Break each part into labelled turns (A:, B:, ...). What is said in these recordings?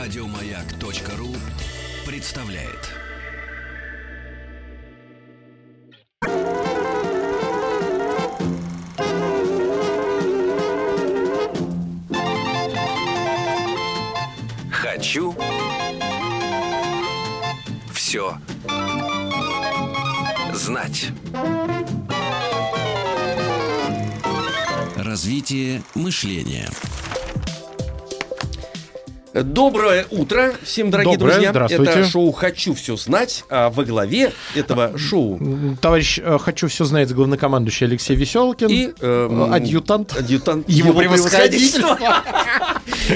A: Радиомаяк.ру представляет. Хочу все знать. Развитие мышления.
B: Доброе утро всем, дорогие
C: Доброе,
B: друзья.
C: здравствуйте.
B: Это шоу «Хочу все знать», а во главе этого шоу
C: А, М, Товарищ, э, хочу все знать, главнокомандующий Алексей Веселкин. Э,
B: и... эм,
C: адъютант.
B: Адъютант
C: Его превосходительство.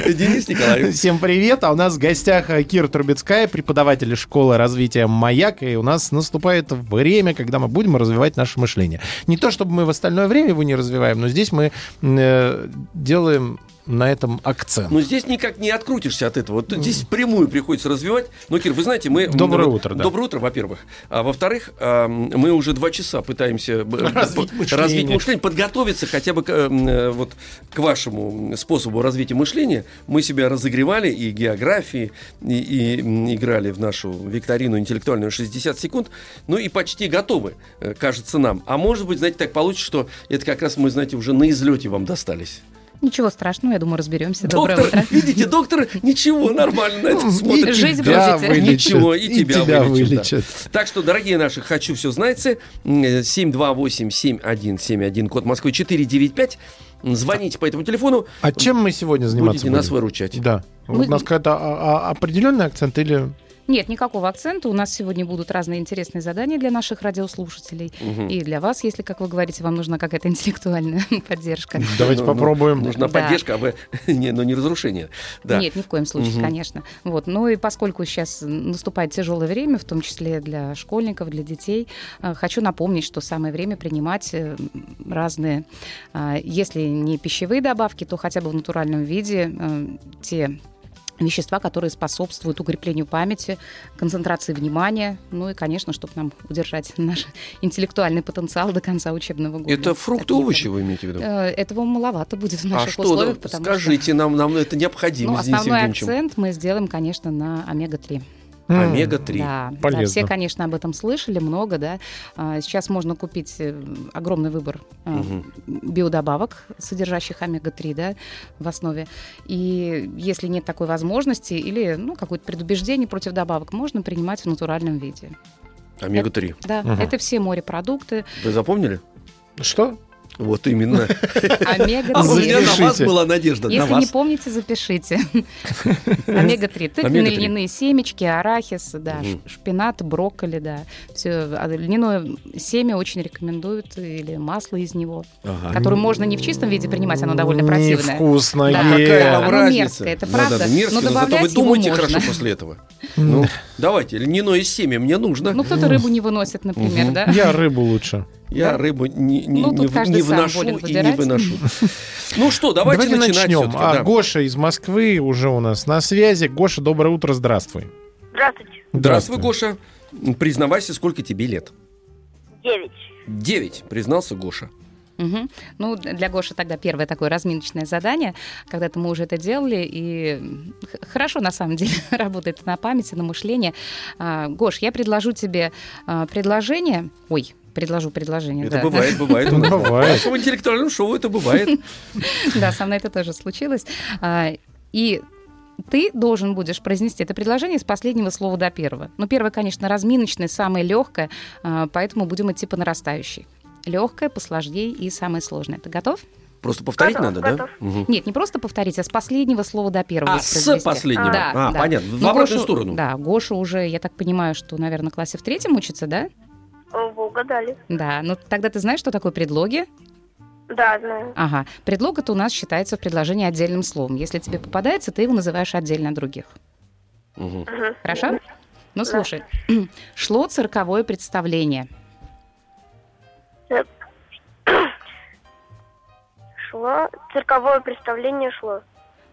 B: Денис Николаевич.
C: Всем привет, а у нас в гостях э, Кира Трубецкая, преподаватель школы развития «Маяк», и у нас наступает время, когда мы будем развивать наше мышление. Не то, чтобы мы в остальное время его не развиваем, но здесь мы э, делаем на этом акцент.
B: Ну, здесь никак не открутишься от этого. Вот тут здесь прямую приходится развивать. Но, Кир, вы знаете, мы...
C: Доброе
B: вот-
C: утро, да.
B: Доброе утро, во-первых. А во-вторых, эм, мы уже два часа пытаемся... б-
C: Развить
B: б-
C: мышление.
B: развить мышление, подготовиться хотя бы к, эм, э, вот, к вашему способу развития мышления. Мы себя разогревали и географии, и, и, м, играли в нашу викторину интеллектуальную 60 секунд. Ну и почти готовы, э, кажется нам. А может быть, знаете, так получится, что это как раз мы, знаете, уже на излете вам достались.
D: Ничего страшного, я думаю, разберемся. Доброе
B: Доктор,
D: утро.
B: видите, доктор, ничего, нормально на это
C: И
B: смотрит.
D: Жизнь
C: тебя
D: вылечит.
C: вылечит.
B: Ничего, и тебя вылечит, да.
C: вылечит.
B: Так что, дорогие наши, хочу все знать. 728-7171, код Москвы 495. М, Звоните по этому телефону.
C: А чем мы сегодня заниматься
B: Будете нас
C: будем?
B: выручать.
C: Да.
D: Мы-
C: У нас какой-то а, а, определенный акцент или...
B: Ну,
D: Нет, никакого акцента. У нас сегодня будут разные интересные задания для наших радиослушателей.
B: Мгм.
D: И для вас, если, как вы говорите, вам нужна какая-то интеллектуальная поддержка.
C: Давайте
B: Ну, ну,
C: попробуем.
B: Нужна
D: Да.
B: поддержка, а вы... не, но не разрушение. Да.
D: Нет, ни в коем случае,
B: Мгм.
D: конечно. Вот. Ну и поскольку сейчас наступает тяжелое время, в том числе для школьников, для детей, э, хочу напомнить, что самое время принимать э, разные, э, если не пищевые добавки, то хотя бы в натуральном виде э, те вещества, которые способствуют укреплению памяти, концентрации внимания, ну и, конечно, чтобы нам удержать наш интеллектуальный потенциал до конца учебного года.
B: Это фрукты,
D: Такие,
B: овощи вы имеете в виду?
D: Э, Этого маловато будет в
B: А
D: наших
B: что,
D: условиях,
B: нам-
D: потому что
B: скажите нам, нам это необходимо
D: ну,
B: с Денисом
D: основной
B: Евгеньевичем.
D: акцент мы сделаем, конечно, на омега-3.
C: М.
B: Омега-3.
D: Да, да,
C: Полезно.
D: все, конечно, об этом слышали много, да. А, Сейчас можно купить э, огромный выбор э,
B: Мгм.
D: биодобавок, содержащих омега-3, да, в основе. И если нет такой возможности или, ну, какое-то предубеждение против добавок, можно принимать в натуральном виде.
B: Омега-3.
D: Да,
C: Мгм.
D: это все морепродукты,
B: Вы запомнили?
C: Что?
B: Вот именно. А у меня
D: омега-3.
B: на вас
C: Запишите.
B: была надежда. на
D: Если
B: вас.
D: не помните, запишите. Омега-3. Тыквенные
B: Омега-три.
D: льняные семечки, арахис, да,
B: Мгм.
D: ш- шпинат, брокколи, да. Все, льняное семя очень рекомендуют, или масло из него,
B: Ага.
D: которое можно не в чистом виде принимать, оно довольно противное.
C: Невкусно.
D: Да.
C: е-
D: А
B: Какая вам
D: Оно
B: разница?
D: мерзкое, это
B: Ну
D: правда.
B: да, да,
D: Но
B: мерзкое, но зато вы
D: добавлять его
B: думаете
D: можно.
B: хорошо после этого. Ну, давайте, льняное семя мне нужно.
D: Ну, кто-то рыбу не выносит, например,
B: Мгм.
D: да?
C: Я рыбу лучше.
B: Я рыбу не, не-
D: Ну,
B: не
D: тут
B: в-
D: каждый
B: не
D: сам
B: выношу и
D: волен
B: не
D: выбирать.
B: выношу. Ну что, давайте, начинать
C: начнем.
B: всё-таки,
C: А
B: да.
C: Гоша из Москвы уже у нас на связи. Гоша, доброе утро, здравствуй.
E: Здравствуйте.
B: Здравствуй, Гоша. Признавайся, сколько тебе лет?
E: Девять.
B: Девять, признался Гоша.
D: Мгм. Ну, для Гоши тогда первое такое разминочное задание. Когда-то мы уже это делали, и х- хорошо, на самом деле, работает на памяти, на мышление. А, Гош, я предложу тебе а, предложение. Ой, предложу предложение.
B: Это
D: да.
B: бывает, Ну, бывает. у нас.
C: Бывает.
B: В нашем интеллектуальном шоу это бывает.
D: Да, со мной это тоже случилось. А, И ты должен будешь произнести это предложение с последнего слова до первого. Ну, первое, конечно, разминочное, самое легкое, а, поэтому будем идти по нарастающей. Легкое, посложнее и самое сложное. Ты готов?
B: Просто повторить
E: Готов,
B: надо, да?
E: готов.
B: Мгм.
D: Нет, не просто повторить, а с последнего слова до первого.
B: А, с
D: воспроизвести.
B: последнего.
D: Да,
B: А,
D: да.
B: понятно. В
D: Ну,
B: обратную
D: Гоша-
B: сторону.
D: Да, Гоша уже, я так понимаю, что, наверное, в классе в третьем учится, да?
E: О, Вы Э, угадали.
D: Да, ну тогда ты знаешь, что такое предлоги?
E: Да, знаю.
D: Ага, предлог это у нас считается в предложении отдельным словом. Если тебе попадается, ты его называешь отдельно от других.
B: Мгм.
E: Мгм.
D: Хорошо? Ну
E: Да.
D: слушай, шло цирковое представление.
E: Шло. Цирковое представление шло.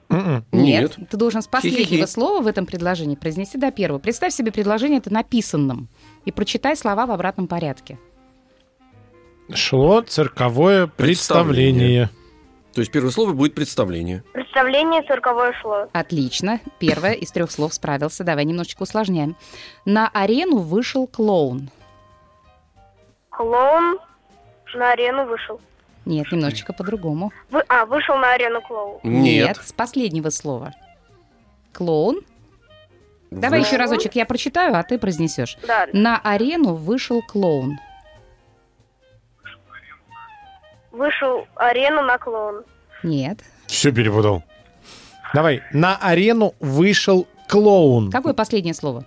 C: Мгм.
B: Нет.
D: Ты должен с последнего
B: Хи-хи-хи.
D: слова в этом предложении произнести до первого. Представь себе предложение это написанным и прочитай слова в обратном порядке.
C: Шло цирковое представление.
B: То есть первое слово будет представление.
E: Пред- Представление цирковое шло.
D: Отлично. Первое из трех слов справился. Давай немножечко усложняем. На арену вышел клоун.
E: Клоун на арену вышел.
D: Нет, немножечко по-другому.
E: Вы, а, вышел на арену клоун.
D: С последнего слова. Клоун. Давай
E: Вы-
D: еще разочек я прочитаю, а ты произнесешь.
E: Да.
D: На арену вышел клоун.
E: Вышел арену на клоун.
D: Нет.
C: Все перепутал. Давай. На арену вышел клоун.
D: Какое последнее слово?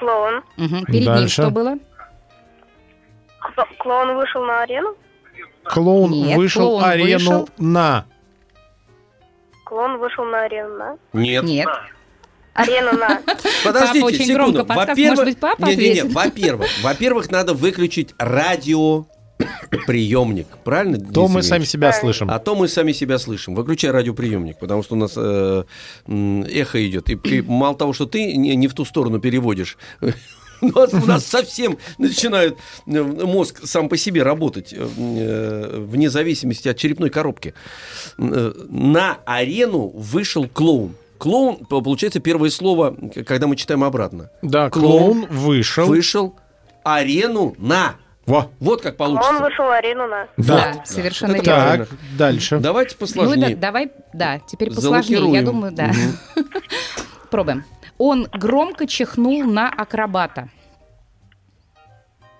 E: Клоун.
D: Мгм. Перед ним
C: Дальше.
D: что было?
E: Кло- Клоун вышел на арену.
C: Клоун
D: Нет,
C: вышел
D: клоун
C: арену
D: вышел.
C: на.
E: Клоун вышел на арену на.
B: Нет.
D: Нет.
E: Арену на.
B: Подождите,
D: Папа очень
B: секунду.
D: громко подсказка.
B: Во-первых-
D: Может быть, папа
B: Не-не-не,
D: ответит?
B: во-первых, во-первых, надо выключить радиоприемник. Правильно?
C: То
B: Денис
C: мы
B: Евгеньевич?
C: сами себя слышим.
B: А то мы сами себя слышим. Выключай радиоприемник, потому что у нас э, м, эхо идет. И, и мало того, что ты не, не в ту сторону переводишь. У нас, у нас совсем начинает э, мозг сам по себе работать, э, э, вне зависимости от черепной коробки. Э, На арену вышел клоун. Клоун, по- получается, первое слово, к- когда мы читаем обратно.
C: Да,
B: клоун
C: клоун вышел.
B: Вышел арену на.
C: Во.
B: Вот как
E: Клоун
B: получится.
E: вышел на арену на.
C: Да.
D: Да, совершенно
B: Вот это
D: верно.
C: Так, дальше.
B: Давайте
D: Ну да,
B: посложнее.
D: давай, да, теперь посложнее, я
B: Залокируем.
D: думаю, да. Пробуем. Он громко чихнул на акробата.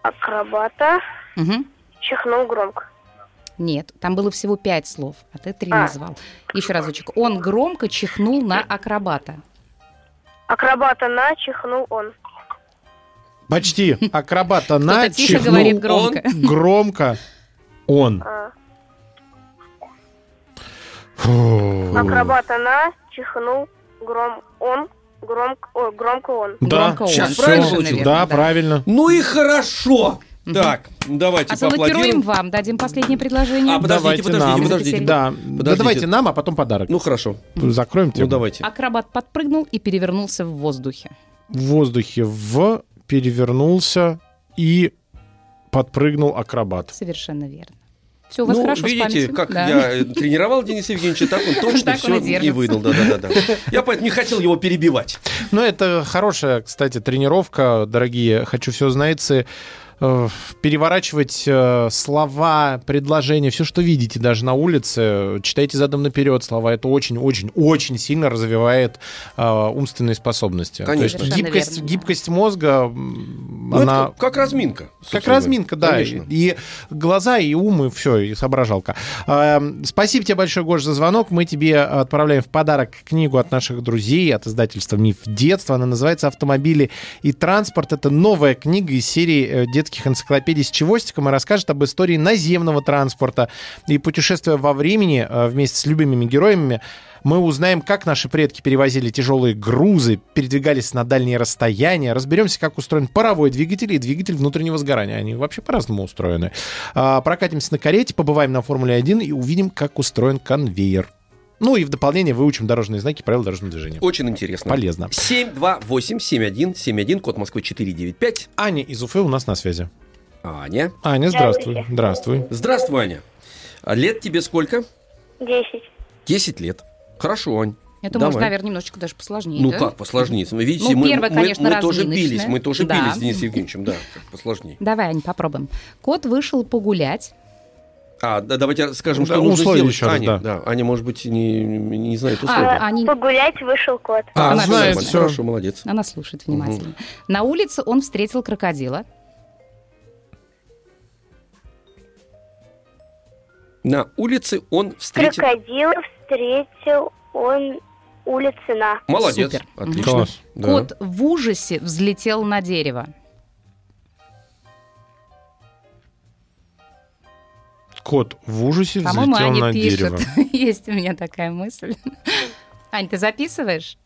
E: Акробата.
D: Мгм.
E: Чихнул громко.
D: Нет, там было всего пять слов, а ты три
E: А.
D: назвал. Еще разочек. Он громко чихнул на акробата.
E: Акробата на, чихнул он.
C: Почти. Акробата на
D: Кто-то тихо
C: чихнул
D: говорит громко.
C: он, громко. Он.
E: А.
C: Фу.
E: Акробата на, чихнул гром он. Громко, о, громко он.
C: Да,
D: Громко он.
B: сейчас
D: Всё,
B: правильно
D: совершенно
B: получил?
C: Да,
D: верно,
C: правильно.
B: Ну и хорошо. Так, давайте
D: А залокируем
B: поаплодируем.
D: вам, дадим последнее предложение.
B: Типа А, подождите,
C: давайте
B: подождите,
C: нам.
D: подождите.
C: Да. да,
B: Подождите.
C: давайте нам, а потом подарок.
B: Ну хорошо.
C: Закроем
B: Ну
C: тему.
B: давайте.
D: Акробат подпрыгнул и перевернулся в воздухе.
C: В воздухе в перевернулся и подпрыгнул акробат.
D: Совершенно верно. Все у вас
B: ну,
D: хорошо с
B: видите,
D: памятью?
B: как
D: Да.
B: я э, тренировал Дениса Евгеньевича, так он точно
D: Так он
B: все
D: и
B: и
D: держится.
B: выдал. Да, да, да, да. Я поэтому не хотел его перебивать.
C: Ну, это хорошая, кстати, тренировка, дорогие. Хочу все знайцы э, переворачивать э, слова, предложения, все, что видите даже на улице, читайте задом наперед слова. Это очень-очень-очень сильно развивает э, умственные способности.
B: Конечно.
C: То есть гибкость,
D: Совершенно верно, да.
C: гибкость мозга, м,
B: Ну, это
C: она
B: как- как разминка.
C: Как
B: собственно
C: разминка,
B: говоря.
C: да. И,
B: Конечно.
C: и глаза, и ум, и все, и соображалка. Эм, спасибо тебе большое, Гош, за звонок. Мы тебе отправляем в подарок книгу от наших друзей, от издательства «Миф детства». Она называется «Автомобили и транспорт». Это новая книга из серии э, детских энциклопедий с чевостиком и расскажет об истории наземного транспорта и путешествия во времени э, вместе с любимыми героями. Мы узнаем, как наши предки перевозили тяжелые грузы, передвигались на дальние расстояния, разберемся, как устроен паровой двигатель и двигатель внутреннего сгорания. Они вообще по-разному устроены. А, Прокатимся на карете, побываем на Формуле-1 и увидим, как устроен конвейер. Ну и в дополнение выучим дорожные знаки, правила дорожного движения.
B: Очень интересно.
C: Полезно.
B: 728-7171, код Москвы 495.
C: Аня из Уфы у нас на связи.
B: Аня.
C: Аня, здравствуй. Здравствуй.
B: Здравствуй, Аня. А Лет тебе сколько?
E: Десять.
B: 10 лет. Хорошо, Ань.
D: Это
B: давай.
D: можно, А наверное, немножечко даже посложнее.
B: Ну
D: да?
B: как, посложнее. Вы видите,
D: Ну,
B: мы,
D: первое,
B: мы-
D: конечно,
B: мы тоже
D: разминочное.
B: бились, мы тоже
D: Да.
B: бились с Денисом Евгеньевичем, да, как посложнее.
D: Давай, Ань, попробуем. Кот вышел погулять.
B: А, да, давайте скажем,
C: Ну Да,
B: что нужно
C: условия
B: сделать.
C: еще раз,
B: Аня,
C: да.
B: Аня, может быть, не, не знает условия.
D: А, Ань,
E: Погулять вышел кот.
C: А,
D: она
C: знает
D: всё
C: всё.
B: Хорошо, молодец.
D: Она слушает внимательно. На улице он встретил крокодила.
B: На улице он встретил...
E: Крокодил встретил он улицы на.
B: Молодец,
D: Супер.
B: отлично.
C: Класс.
B: Да.
D: Кот в ужасе взлетел на дерево.
C: Кот в ужасе
D: По-моему,
C: взлетел
D: Аня
C: на
D: пишет.
C: дерево.
D: Есть у меня такая мысль. Ань, ты записываешь?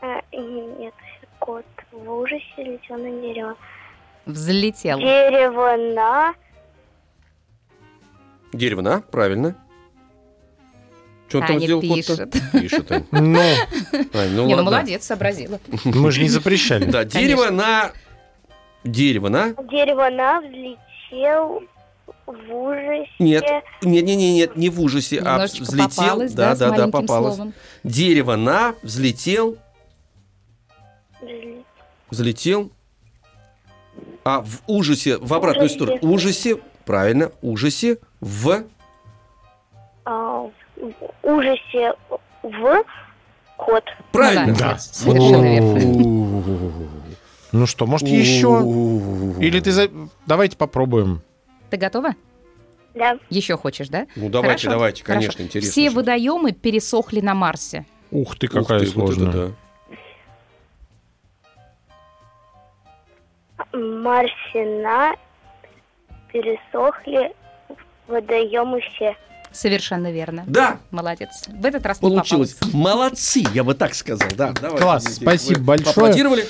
E: А, нет, кот в ужасе летел на дерево.
D: Взлетел.
E: Дерево на.
B: Дерево, на, правильно. Что он там
D: Аня
B: сделал
D: пишет.
B: кот-то? Пишет. Ань.
C: Ну,
B: Ань, ну
D: Не,
B: ладно.
D: ну молодец, сообразила.
C: мы же не запрещали.
B: Да, дерево на... Дерево на...
E: Дерево на взлетел в ужасе.
B: Нет, нет, нет, нет, нет, не в ужасе, а
D: Э. Немножечко
B: взлетел.
D: попалась,
B: Да,
D: с
B: да, да,
D: маленьким
B: попалась.
D: словом.
B: Дерево на, взлетел,
E: взлетел.
B: взлетел. А в ужасе, в обратную
E: Ужасе.
B: сторону. Ужасе, правильно, ужасе
D: Ну
B: в
E: А, в ужасе в кот.
B: правильно.
D: Ну да, совершенно верно.
C: Ну что, может, еще? Или ты... за- Давайте попробуем.
D: Ты готова?
E: Да.
D: Еще хочешь, да?
B: Ну давайте,
D: Хорошо?
B: давайте,
D: Хорошо.
B: конечно, интересно.
D: Все
B: же.
D: водоемы пересохли на Марсе.
C: Ух ты,
B: Ух
C: какая
B: ты, вот это
C: сложная.
B: да.
E: Марсина пересохли водоемы все.
D: Совершенно верно.
B: Да,
D: Молодец. В этот раз не
B: получилось.
D: попалась.
B: Молодцы, я бы так сказал, да. давайте,
C: Класс,
B: Дмитрий,
C: спасибо
B: вы
C: большое.
B: Поаплодировали.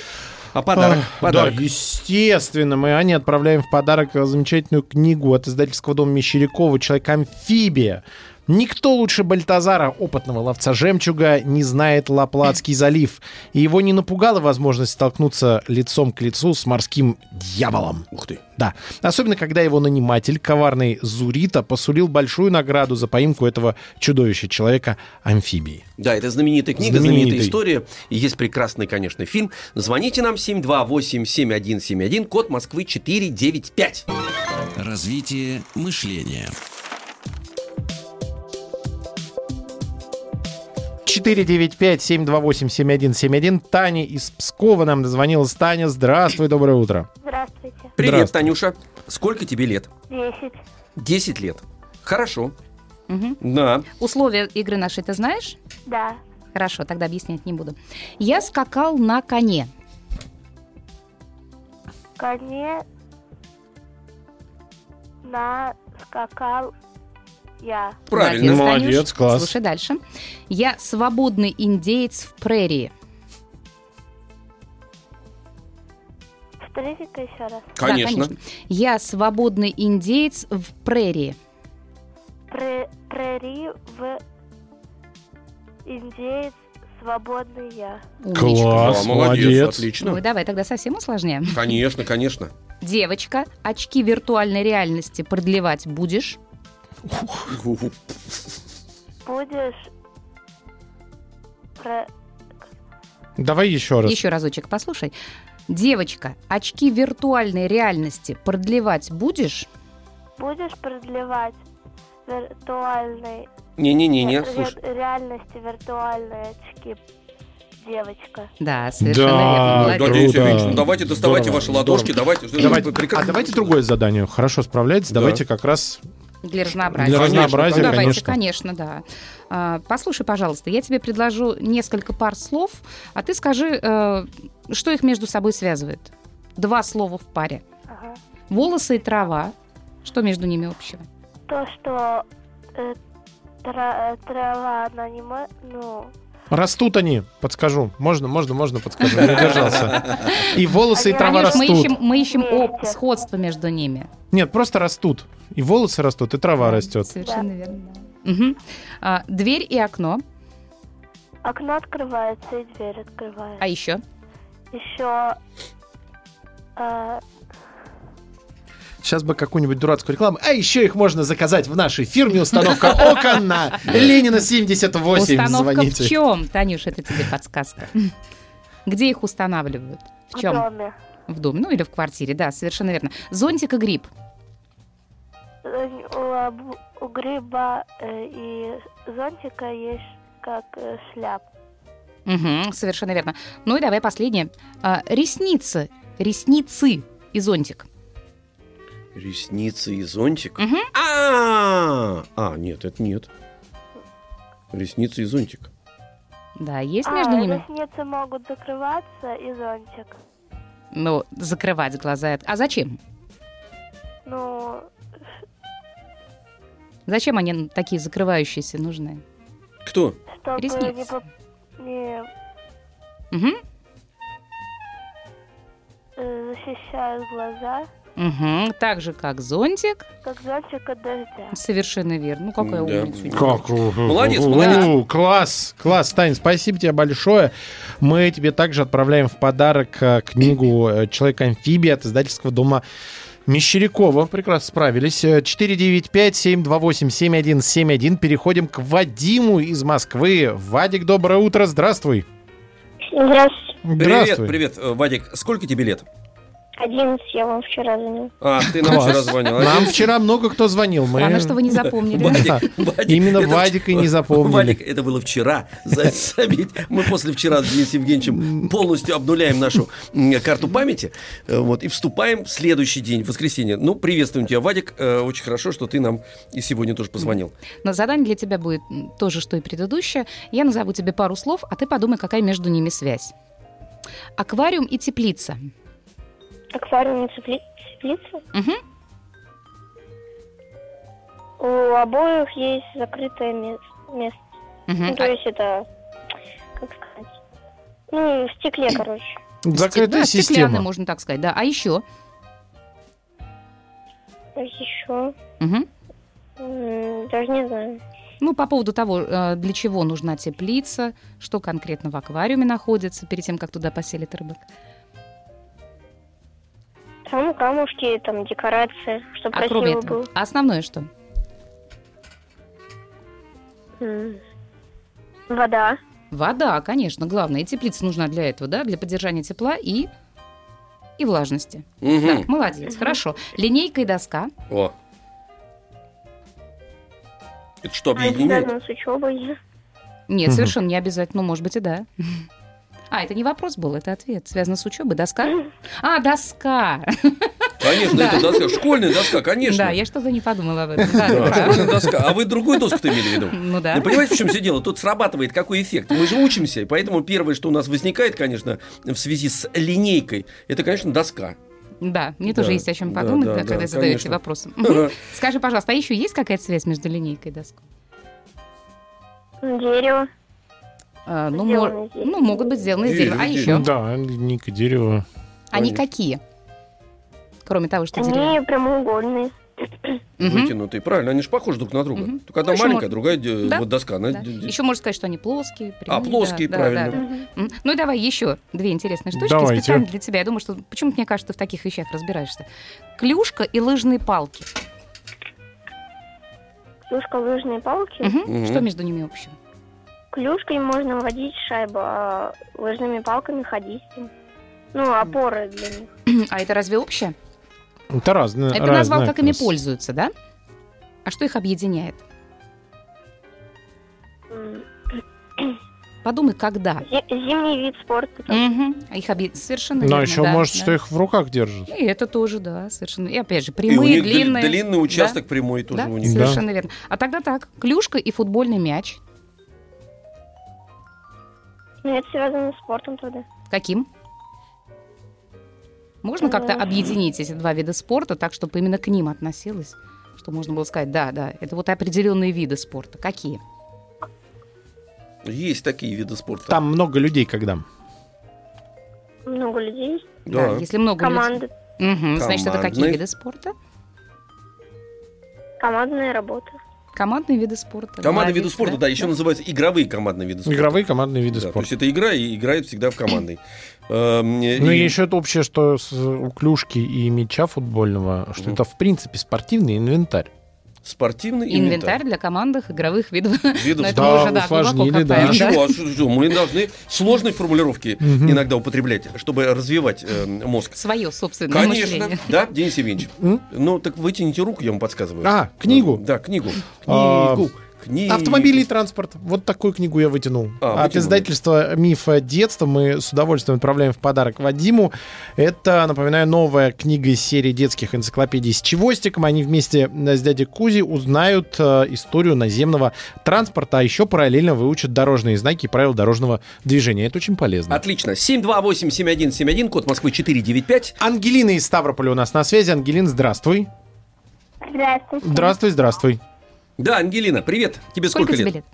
B: А подарок?
C: Ах,
B: подарок.
C: Да, естественно, мы Ане отправляем в подарок э, замечательную книгу от издательского дома Мещерякова «Человек-амфибия». Никто лучше Бальтазара, опытного ловца жемчуга, не знает Лаплатский залив. И его не напугала возможность столкнуться лицом к лицу с морским дьяволом.
B: Ух ты.
C: Да. Особенно, когда его наниматель, коварный Зурита, посулил большую награду за поимку этого чудовища человека-амфибии.
B: Да, это знаменитая книга,
C: Знаменитый.
B: знаменитая история. И есть прекрасный, конечно, фильм. Звоните нам 728-7171, код Москвы 495.
A: Развитие мышления.
C: 495-728-7171. Таня из Пскова нам дозвонилась. Таня, здравствуй, доброе утро.
E: Здравствуйте.
B: Привет,
C: Здравствуй.
B: Танюша. Сколько тебе лет?
E: Десять.
B: 10 лет. Хорошо.
D: Мгм.
B: Да.
D: Условия игры нашей ты знаешь?
E: Да.
D: Хорошо, тогда объяснять не буду. Я скакал на коне.
E: Коне наскакал я.
B: Правильно.
C: Молодец,
D: Танюш.
C: молодец, класс.
D: Слушай дальше. Я свободный индеец в прерии.
E: Повторите-ка еще раз.
D: Да, Я свободный индеец в прерии.
E: Пре- Прери в индеец свободный я.
D: Умничка.
C: Класс,
B: Да,
C: молодец.
D: Ну и
B: Отлично.
D: давай тогда совсем усложняем.
B: Конечно, конечно.
D: Девочка, очки виртуальной реальности продлевать будешь?
E: Будешь пре-
C: Давай еще раз.
D: Еще разочек послушай. Девочка, очки виртуальной реальности продлевать будешь?
E: будешь продлевать виртуальной
B: Не-не-не-не,
E: ре-
B: слушай.
E: реальности виртуальные очки, девочка.
D: Да, совершенно верно.
C: Да,
D: Молодец.
C: да,
B: Денис
C: Круто.
B: Ильич, ну давайте доставайте
C: Здорово,
B: ваши ладошки, давайте.
C: Давайте,
B: Прекрасно.
C: а давайте другое задание. Хорошо справляется.
B: Да.
C: Давайте как раз...
D: Для разнообразия.
C: Для разнообразия,
D: Давайте,
C: конечно.
D: конечно, да. А, Послушай, пожалуйста, я тебе предложу несколько пар слов, а ты скажи, э, что их между собой связывает. Два слова в паре.
E: Ага.
D: Волосы и трава. Что между ними общего?
E: То, что э, тра- трава она не мо- ну,
C: Растут они, подскажу. Можно, можно, можно подскажу. Не удержался. И волосы, и
E: Они
C: трава
D: Танюш, А мы
C: растут.
D: ищем, мы ищем
E: Вместе.
D: об- сходство между ними.
C: Нет, просто растут. И волосы растут, и трава растет.
D: Совершенно верно. да. Мгм. А, дверь и окно.
E: окно открывается и дверь открывается.
D: А еще?
E: Еще э,
C: Сейчас бы какую-нибудь дурацкую рекламу. А еще их можно заказать в нашей фирме. Установка окон на Ленина 78.
D: Установка в
C: Звоните.
D: чем? Танюш, это тебе подсказка. Где их устанавливают? В
E: в
D: чем?
E: доме.
D: В доме, ну или в квартире, да, совершенно верно. Зонтик и гриб.
E: Э, У, обу- у гриба э, и зонтика есть как э, шляп.
D: Мгм, совершенно верно. Ну и давай последнее. А, ресницы. Ресницы и зонтик.
B: Ресницы и зонтик.
D: Мгм.
B: А, а нет, это нет. Ресницы и зонтик.
D: Да, есть
E: А,
D: между ними?
E: ресницы могут закрываться и зонтик.
D: Ну, закрывать глаза. это- А зачем?
E: Ну,
D: Зачем они такие закрывающиеся нужны?
B: Кто?
E: чтобы не,
D: Ресницы.
E: поп- не
D: Мгм,
E: э, защищают глаза,
D: мгм. Так же, как зонтик.
E: как зонтик от дождя.
D: Совершенно верно. Ну, какая
B: Да.
D: умница. у него.
C: Как?
B: Молодец,
C: У,
B: молодец.
C: у, Класс, класс, Тань, спасибо тебе большое. Мы тебе также отправляем в подарок э, книгу э, «Человек-амфибия» от издательского дома Мещерякова. Прекрасно справились. Э, 495-728-7171. Переходим к Вадиму из Москвы. Вадик, доброе утро. Здравствуй.
E: Здравствуйте.
B: Привет,
C: Здравствуй.
B: привет, э, Вадик. Сколько тебе лет?
E: 11 я вам вчера звонил.
B: А, ты нам
C: Класс.
B: вчера звонил.
C: Нам вчера много кто звонил. Мы...
D: Странно, что вы не запомнили.
C: Да.
B: Вадик,
C: Именно
B: это
C: Вадика и не запомнили.
B: Валик, это было вчера. За- Заметь, мы после вчера с Денисом Евгеньевичем полностью обнуляем нашу м, карту памяти. э, Вот, и вступаем в следующий день, в воскресенье. Ну, приветствуем тебя, Вадик. Э, Очень хорошо, что ты нам и сегодня тоже позвонил.
D: Но задание для тебя будет м, то же, что и предыдущее. Я назову тебе пару слов, а ты подумай, какая между ними связь. Аквариум и теплица.
E: Аквариум и цепли- теплица.
D: Мгм.
E: У обоих есть закрытое мес- место.
D: Мгм. А
E: Ну, то есть это, как сказать, ну, в стекле, короче.
C: Закрытая
D: А, Да, стеклянный,
C: система.
D: можно так сказать, да. А еще?
E: Еще,
D: Мгм.
E: А даже не знаю.
D: Ну, по поводу того, э, для чего нужна теплица, что конкретно в аквариуме находится, перед тем, как туда поселит рыбок.
E: Там камушки, там декорация, чтобы
D: А кроме
E: красиво
D: этого,
E: было.
D: а основное что?
E: М. Вода.
D: Вода, конечно, главное. И теплица нужна для этого, да, для поддержания тепла и, и влажности.
B: Мгм.
D: Так, молодец, хорошо. Линейка и доска.
B: О. Это что,
E: А это
B: объединяет?
E: связано с учебой.
D: Нет,
C: Мгм.
D: совершенно не обязательно, ну, может быть, и да. А, это не вопрос был, это ответ. Связано с учебой. Доска? А, доска!
B: Конечно,
D: Да.
B: это доска. Школьная доска, конечно.
D: Да, я что-то не подумала об этом.
B: Да,
D: Да, ты прав.
B: школьная доска. А вы другую доску-то имели в виду?
D: Ну да.
B: Ну, понимаете, в чем все дело? Тут срабатывает какой эффект. Мы же учимся, и поэтому первое, что у нас возникает, конечно, в связи с линейкой, это, конечно, доска.
D: Да, мне
B: Да,
D: тоже есть о чем
B: да,
D: подумать,
B: да,
D: да,
B: да,
D: когда задаете
B: конечно.
D: вопросы.
B: Ага.
D: Скажи, пожалуйста, а еще есть какая-то связь между линейкой и доской?
E: Дерево.
D: А, ну,
E: Сделаны
D: мо-
E: из дерева.
D: ну, могут быть сделаны из
B: Дерево,
D: дерева. А
B: дерево.
D: еще?
C: Да, линейка дерева.
D: Они
B: Конечно.
D: какие? Кроме того, что дерева.
E: Они прямоугольные.
D: Мгм.
B: Вытянутые. Правильно, они же похожи друг на друга.
D: Мгм.
B: Только одна
D: Ну, еще
B: маленькая,
D: можно-
B: другая э,
D: Да,
B: вот доска. Она
D: Да.
B: д- д-
D: Еще можно сказать, что они плоские. прямые,
B: А, плоские,
D: да, да,
B: правильно.
D: да, да. М. Ну и давай еще две интересные штучки
C: Давайте.
D: специально для тебя. Я думаю, что почему-то мне кажется, ты в таких вещах разбираешься. Клюшка и лыжные палки.
E: Клюшка, лыжные палки.
D: Мгм.
B: Мгм.
D: Что между ними общего?
E: Клюшкой можно водить шайбу, а лыжными палками ходить. с ним. Ну, опоры для них.
D: А это разве общее?
C: Это разное.
D: Это назвал,
C: разное
D: как ими
C: класс.
D: пользуются, да? А что их объединяет?
E: М,
D: Подумай, когда.
E: зи- Зимний вид спорта. там.
D: Мгм. А Их объединяет совершенно
C: Но
D: верно,
C: еще
D: да,
C: Ну, может,
D: да.
C: что их в руках держат.
D: И это тоже, да, совершенно. И опять
B: И
D: же,
B: у
D: прямые,
B: них дли-
D: длинные.
B: длинный участок прямой тоже
D: Да,
B: у них.
C: Да.
D: совершенно верно. А тогда так, клюшка и футбольный мяч.
E: Ну, это связано с спортом тогда.
D: Каким? Можно как-то
E: Эх.
D: объединить эти два вида спорта так, чтобы именно к ним относилось? Что можно было сказать, да, да, это вот определенные виды спорта. Какие?
B: Есть такие виды спорта.
C: Там много людей, когда.
E: Много людей,
B: Да.
D: если много людей-
E: команды,
D: Мгм, Значит, это какие
B: Командные.
D: виды спорта?
E: командная работа.
D: Командные виды спорта.
B: Командные
D: Молодец,
B: виды спорта, да, еще называются игровые командные виды спорта.
C: Игровые командные виды
B: Да, то
C: спорта.
B: есть это игра, и играют всегда в командной. Эм, э,
C: Ну и
B: и-
C: еще это общее, что с у клюшки и мяча футбольного, что
B: Мгм.
C: это в принципе спортивный инвентарь.
B: Спортивный
D: Инвентарь
B: инвентарь.
D: для командных игровых видов.
B: Видов
D: Но это
C: Да,
D: мы уже, да, глубоко
C: усложнили, да.
D: копаем,
B: Ничего, а что- что, мы должны сложные формулировки
C: Мгм.
B: иногда употреблять, чтобы развивать э, мозг.
D: Свое собственное
B: Конечно,
D: мышление.
B: да, Денис Евгеньевич.
C: М?
B: Ну, так вытяните руку, я вам подсказываю.
C: А, книгу.
B: Да, книгу.
C: А,
B: Книгу. Книгу.
C: Автомобили и транспорт. Вот такую книгу я вытянул.
B: А,
C: От
B: вытянули.
C: издательства «Мифа детства» мы с удовольствием отправляем в подарок Вадиму. Это, напоминаю, новая книга из серии детских энциклопедий с чевостиком. Они вместе э, с дядей Кузи узнают э, историю наземного транспорта, а еще параллельно выучат дорожные знаки и правила дорожного движения. Это очень полезно.
B: Отлично. 728-7171, код Москвы 495.
C: Ангелина из Ставрополя у нас на связи. Ангелин, здравствуй.
E: Здравствуйте.
C: Здравствуй, здравствуй.
B: Да, Ангелина, привет. Тебе сколько,
D: Сколько тебе
B: лет?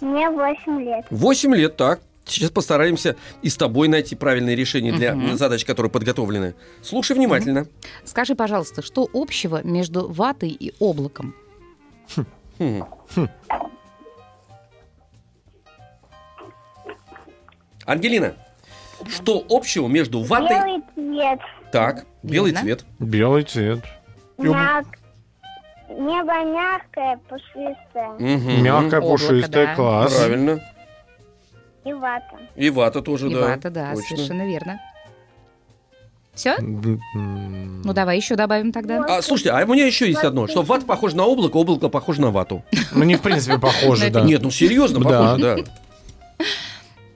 D: лет?
E: Мне 8 лет.
B: 8 лет, так. Сейчас постараемся и с тобой найти правильное решение для
D: Мгм.
B: задач, которые подготовлены. Слушай внимательно.
D: Скажи, пожалуйста, что общего между ватой и облаком?
B: Хм. Ангелина, что общего между ватой...
E: цвет.
B: Так, белый
D: Видно.
B: цвет.
C: Белый цвет.
E: Мяг- Небо мягкое, пушистое.
B: Мгм.
C: Мягкая,
D: Облако,
C: пушистая,
D: да.
C: класс.
B: Правильно.
E: И вата.
B: И вата тоже,
D: И
B: Ну да.
D: вата, да,
B: точно.
D: совершенно верно. Все?
C: М-м.
D: Ну давай еще добавим тогда.
B: А, слушайте, а у меня еще есть одно, что вата похожа на облако, облако похоже на вату.
C: Ну, не в принципе похоже, да.
B: Нет, ну серьезно,
C: Да.
B: похоже, да.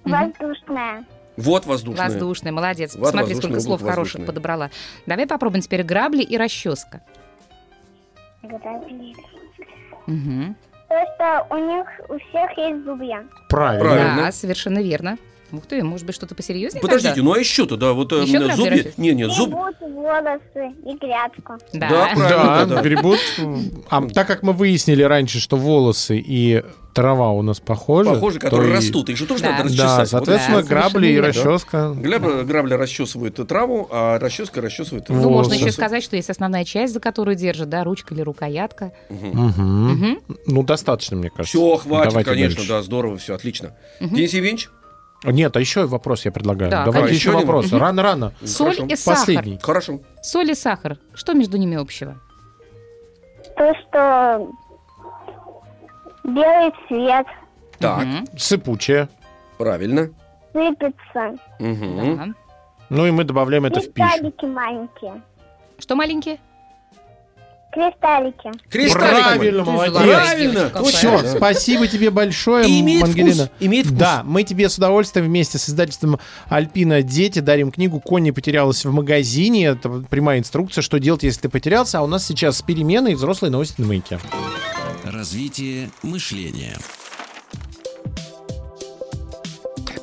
D: Мгм.
E: Воздушная.
B: Вот воздушная.
D: Воздушный, молодец.
B: Вата,
D: Смотри,
B: воздушный,
D: сколько слов
B: облако,
D: хороших
B: воздушный.
D: подобрала. Давай попробуем теперь грабли и расческа.
E: Грабли.
D: Мгм.
E: То, что у них у всех есть зубья.
C: Правильно.
B: Правильно.
D: Да, совершенно верно. Ух ты, может быть, что-то посерьезнее
B: Подождите, ну а еще-то, да, вот э,
D: Еще грабли
B: зубья...
D: растут?
B: Не, не,
E: И
B: зуб...
E: будут волосы и грядку.
D: тогда?
B: ну, да,
D: Да.
C: Да,
B: Правильно, да, да.
C: гребут. А так как мы выяснили раньше, что волосы и трава у нас похожи,
B: похоже,
C: то
B: которые
C: и-
B: растут. Их же тоже
D: Да.
B: надо
C: Да,
B: расчесать. Вот
C: соответственно,
D: Да, ну,
C: грабли и
D: совершенно
B: верно.
C: расческа.
B: Грабля, грабля расчесывает траву, а расческа расчесывает
C: Ну,
D: Ну,
C: волосы.
D: можно еще сказать, что есть основная часть, за которую держит, да, ручка или рукоятка.
C: Мгм.
D: Мгм.
C: Ну, достаточно, мне кажется.
B: Все, хватит,
C: Давайте
B: конечно,
C: дальше.
B: да, здорово, все, отлично.
D: Мгм.
B: Денис Евгеньевич?
C: Нет, а еще вопрос я предлагаю.
D: Да,
C: Давайте
B: конечно.
C: еще
B: Еще А, один?
C: вопрос.
B: Мгм.
C: Рано-рано.
D: Соль
B: Ну, Хорошо.
D: и сахар.
C: Последний.
B: Хорошо.
D: Соль и сахар. Что между ними общего?
E: То, что белый цвет
B: Так,
D: Мгм.
C: Сыпучее.
B: правильно.
E: сыпется.
B: Мгм.
D: Да.
C: Ну и мы добавляем это в пищу.
E: Кристаллики маленькие.
D: Что маленькие?
E: Кристаллики.
B: Кристаллик.
C: Правильно,
D: Ты
C: молодец.
D: золотая
B: Правильно,
D: девочка
B: точно.
D: какая.
C: Все, спасибо тебе большое,
B: Ну, И имеет
C: Ангелина.
B: вкус. Имеет вкус.
C: Да, мы тебе с удовольствием вместе с издательством Альпина Дети дарим книгу Конни потерялась в магазине. Это вот прямая инструкция, что делать, если ты потерялся. А у нас сейчас перемены и взрослые новости на маяке.
A: Развитие мышления.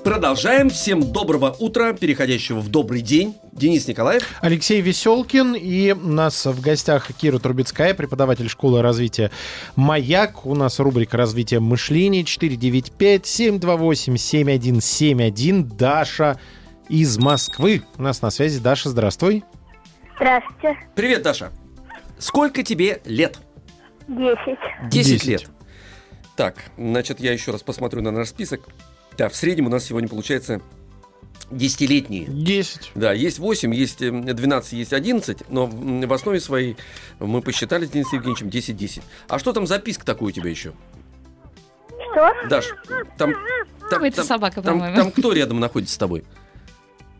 B: Продолжаем. Всем доброго утра, переходящего в добрый день. Денис Николаев.
C: Алексей Веселкин и у нас в гостях Кира Трубецкая, преподаватель школы развития «Маяк». У нас рубрика «Развитие мышления» 495-728-7171. Даша из Москвы. У нас на связи Даша, здравствуй.
E: Здравствуйте.
B: Привет, Даша. Сколько тебе лет?
E: Десять.
B: Десять
C: Десять.
B: лет. Так, значит, я еще раз посмотрю на наш список. Да, в среднем у нас сегодня получается десятилетние.
C: 10.
B: Да, есть 8, есть э, 12, есть 11, но м, в основе своей мы посчитали с Денисом Евгеньевичем 10-10. А что там за писк такой у тебя еще?
E: Что?
B: Даш, там... там
D: Ну, Это
B: там-
D: собака,
B: там-
D: по-моему.
B: там кто рядом находится с тобой?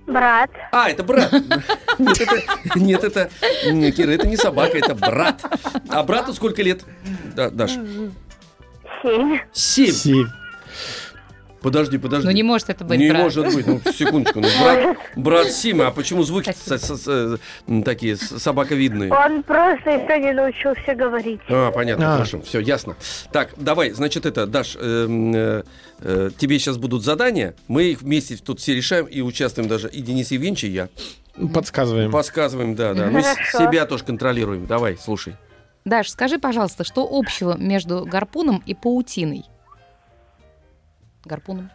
E: Брат.
B: А, это брат. Нет, это, нет, это- м, Кира, это не собака, это брат. А брату сколько лет? Да, Даш.
E: Семь.
B: Семь. Подожди, подожди.
D: Ну не может это быть,
B: Не
D: правда.
B: может быть, ну секундочку, ну, брат, брат Сима, а почему звуки со- со- со- м, такие с- собаковидные?
E: Он просто еще не научился говорить.
B: А, понятно,
C: А.
B: хорошо, все, ясно. Так, давай, значит, это, Даш, эм, э, э, тебе сейчас будут задания, мы их вместе тут все решаем и участвуем даже, и Денис Евгеньевич, и я.
C: Подсказываем.
B: Подсказываем, да, да, мы с-
E: Хорошо.
B: себя тоже контролируем, давай, слушай.
D: Даш, скажи, пожалуйста, что общего между гарпуном и паутиной? Гарпуном?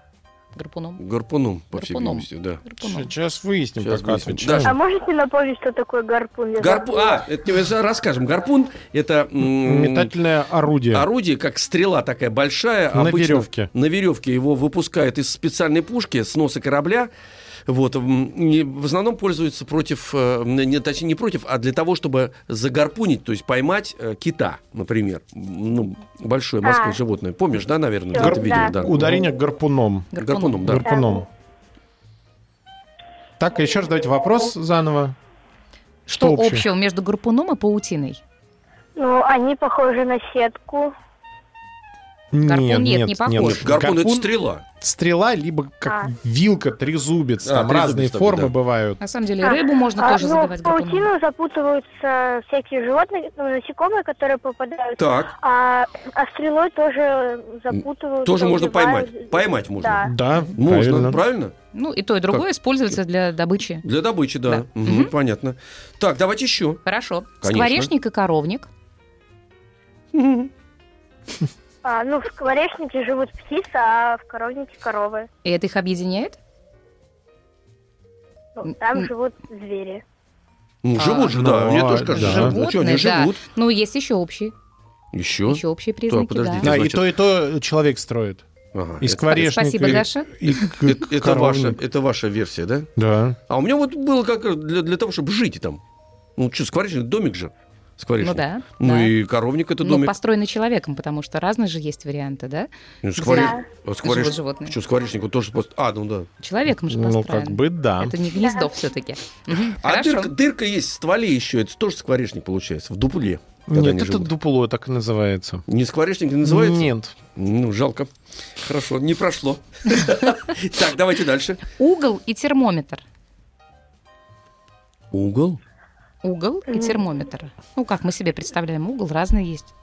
D: Гарпуном?
B: Гарпуном, по всей
D: Гарпуном.
B: видимости, да.
D: Гарпуном.
C: Сейчас выясним,
B: Сейчас
C: как
B: выясним.
C: отвечаем.
E: А можете напомнить, что такое гарпун? Я
B: Гарпу...
E: забыла.
B: А, это тебе за- расскажем. Гарпун — это м,
C: Метательное орудие.
B: орудие, как стрела такая большая.
C: На
B: обычно
C: веревке.
B: На веревке. Его выпускают из специальной пушки с носа корабля. Вот. м, не- В основном пользуются против, э, не, точнее, не против, а для того, чтобы загарпунить, то есть поймать э, кита, например. М, Ну, большое морское
E: А.
B: животное. Помнишь, да, наверное?
E: Да,
B: где-то видел, да.
E: да.
C: Ударение гарпуном.
B: Гарпуном, да.
C: Гарпуном. Так, еще раз давайте вопрос заново.
D: Что
C: Что общее?
D: общего между гарпуном и паутиной?
E: Ну, они похожи на сетку.
D: Гарпун нет, не похож.
B: Нет, гарпун, это
C: ну, Гарпун-
B: стрела.
C: стрела, либо как
E: А.
C: вилка, трезубец.
B: А,
C: там
B: трезубец
C: разные
B: такой,
C: формы
B: да.
C: бывают.
D: На самом деле рыбу можно
E: А,
D: тоже
E: ну,
D: задавать
E: в
D: гарпуном.
E: паутину запутываются всякие животные, ну, насекомые, которые попадают.
B: Так,
E: А, а стрелой тоже запутываются.
B: тоже можно
E: убивают.
B: поймать. Поймать можно.
E: Да.
C: Да,
B: можно,
C: правильно.
B: правильно?
D: Ну и то, и другое используется для добычи.
B: Для добычи, да.
D: Да.
B: Мгм,
D: Мгм.
B: Понятно. Так, давайте еще.
D: Хорошо.
B: Конечно.
D: Скворечник и коровник.
E: А, ну, в скворечнике живут птицы, а в коровнике коровы.
D: И это их объединяет?
E: Ну,
D: М,
E: там
D: м.
E: живут звери.
B: Ну,
D: А,
B: живут же,
C: ну,
B: да. Мне тоже
C: а,
B: кажется,
C: да.
B: живут. Ну, что, они
D: Животные, да.
B: живут.
D: Ну, есть еще общие,
B: Еще.
D: еще общие признаки, да.
B: подождите.
C: Да, А, и
B: Значит-
C: то, и то человек строит.
B: Ага,
C: И
B: это-
C: скворечник.
D: Спасибо,
C: и-
D: Даша.
C: и к-
B: это, это ваша,
C: коровник.
B: это ваша версия, да?
C: Да.
B: А у меня вот было как для, для того, чтобы жить там. Ну, что, скворечник, домик же. Скворечник.
D: Ну да,
B: Ну
D: да.
B: и коровник это
D: Ну,
B: домик.
D: построенный человеком, потому что разные же есть варианты, да?
B: Ну, скворе-
E: Да.
B: а скворечник-
D: Живут животные.
B: Что, скворечник, вот тоже пост- А, ну да.
D: Человеком же
C: Ну,
D: построен.
C: как бы да.
D: Это не гнездо все-таки.
B: А
D: Хорошо.
B: дырка, дырка есть в стволе еще, это тоже скворечник получается, в дупле. когда они
C: Нет, это
B: живут.
C: дупло так и называется.
B: Не скворечник не называется?
C: Нет.
B: Ну, жалко. Хорошо, не прошло. Так, давайте дальше.
D: Угол и термометр.
B: Угол.
D: Угол и термометр. Ну, как мы себе представляем угол, разные есть.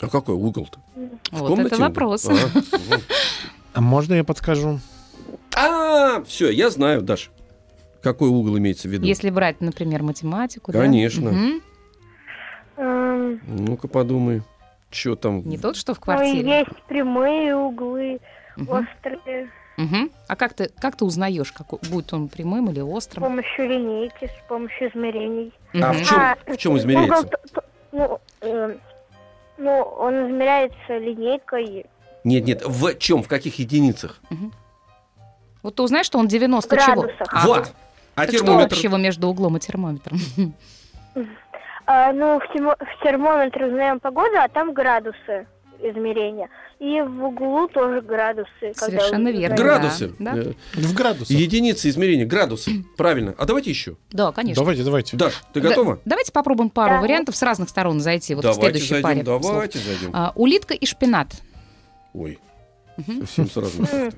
B: А какой угол-то? В
D: Вот
B: комнате
D: это
B: угол?
D: вопрос.
B: А, мгм.
C: А можно я подскажу?
B: А, все, я знаю, Даш. Какой угол имеется в виду?
D: Если брать, например, математику. да?
B: Конечно.
D: Мгм.
E: Эм,
B: Ну-ка подумай, что там?
D: Не тот, что в
E: ну,
D: квартире.
E: есть прямые углы,
D: Мгм.
E: острые,
D: Мгм. А как ты, как ты узнаешь, какой, будет он прямым или
E: с
D: острым?
E: помощью линейки, с помощью измерений.
B: А
D: Мгм.
B: в чем,
E: А,
B: в чем измеряется?
E: Угол, т- т- ну, эм, ну, он измеряется линейкой.
B: Нет, нет, в чем, в каких единицах?
D: Вот ты узнаешь, что он 90 чего?
E: Градусах.
D: А,
B: вот. А
D: так что
B: термометр?
D: общего между углом и термометром?
E: А, ну, в, термо- в термометре знаем погоду, а там градусы измерения. И в углу тоже градусы. когда
D: Совершенно
E: узнаем.
D: верно.
B: Градусы.
D: Да, да.
B: Э,
C: В градусах.
B: Единицы измерения, градусы. Правильно. А давайте еще.
D: Да, конечно.
C: Давайте, давайте.
B: Даш, ты
D: Да-
B: готова?
D: давайте попробуем пару
E: Да.
D: вариантов с разных сторон зайти. Вот в
B: давайте зайдем,
D: следующей паре. слов.
B: давайте зайдем.
D: А, улитка и шпинат.
B: Ой, совсем сразу.
D: Э.
B: как-то.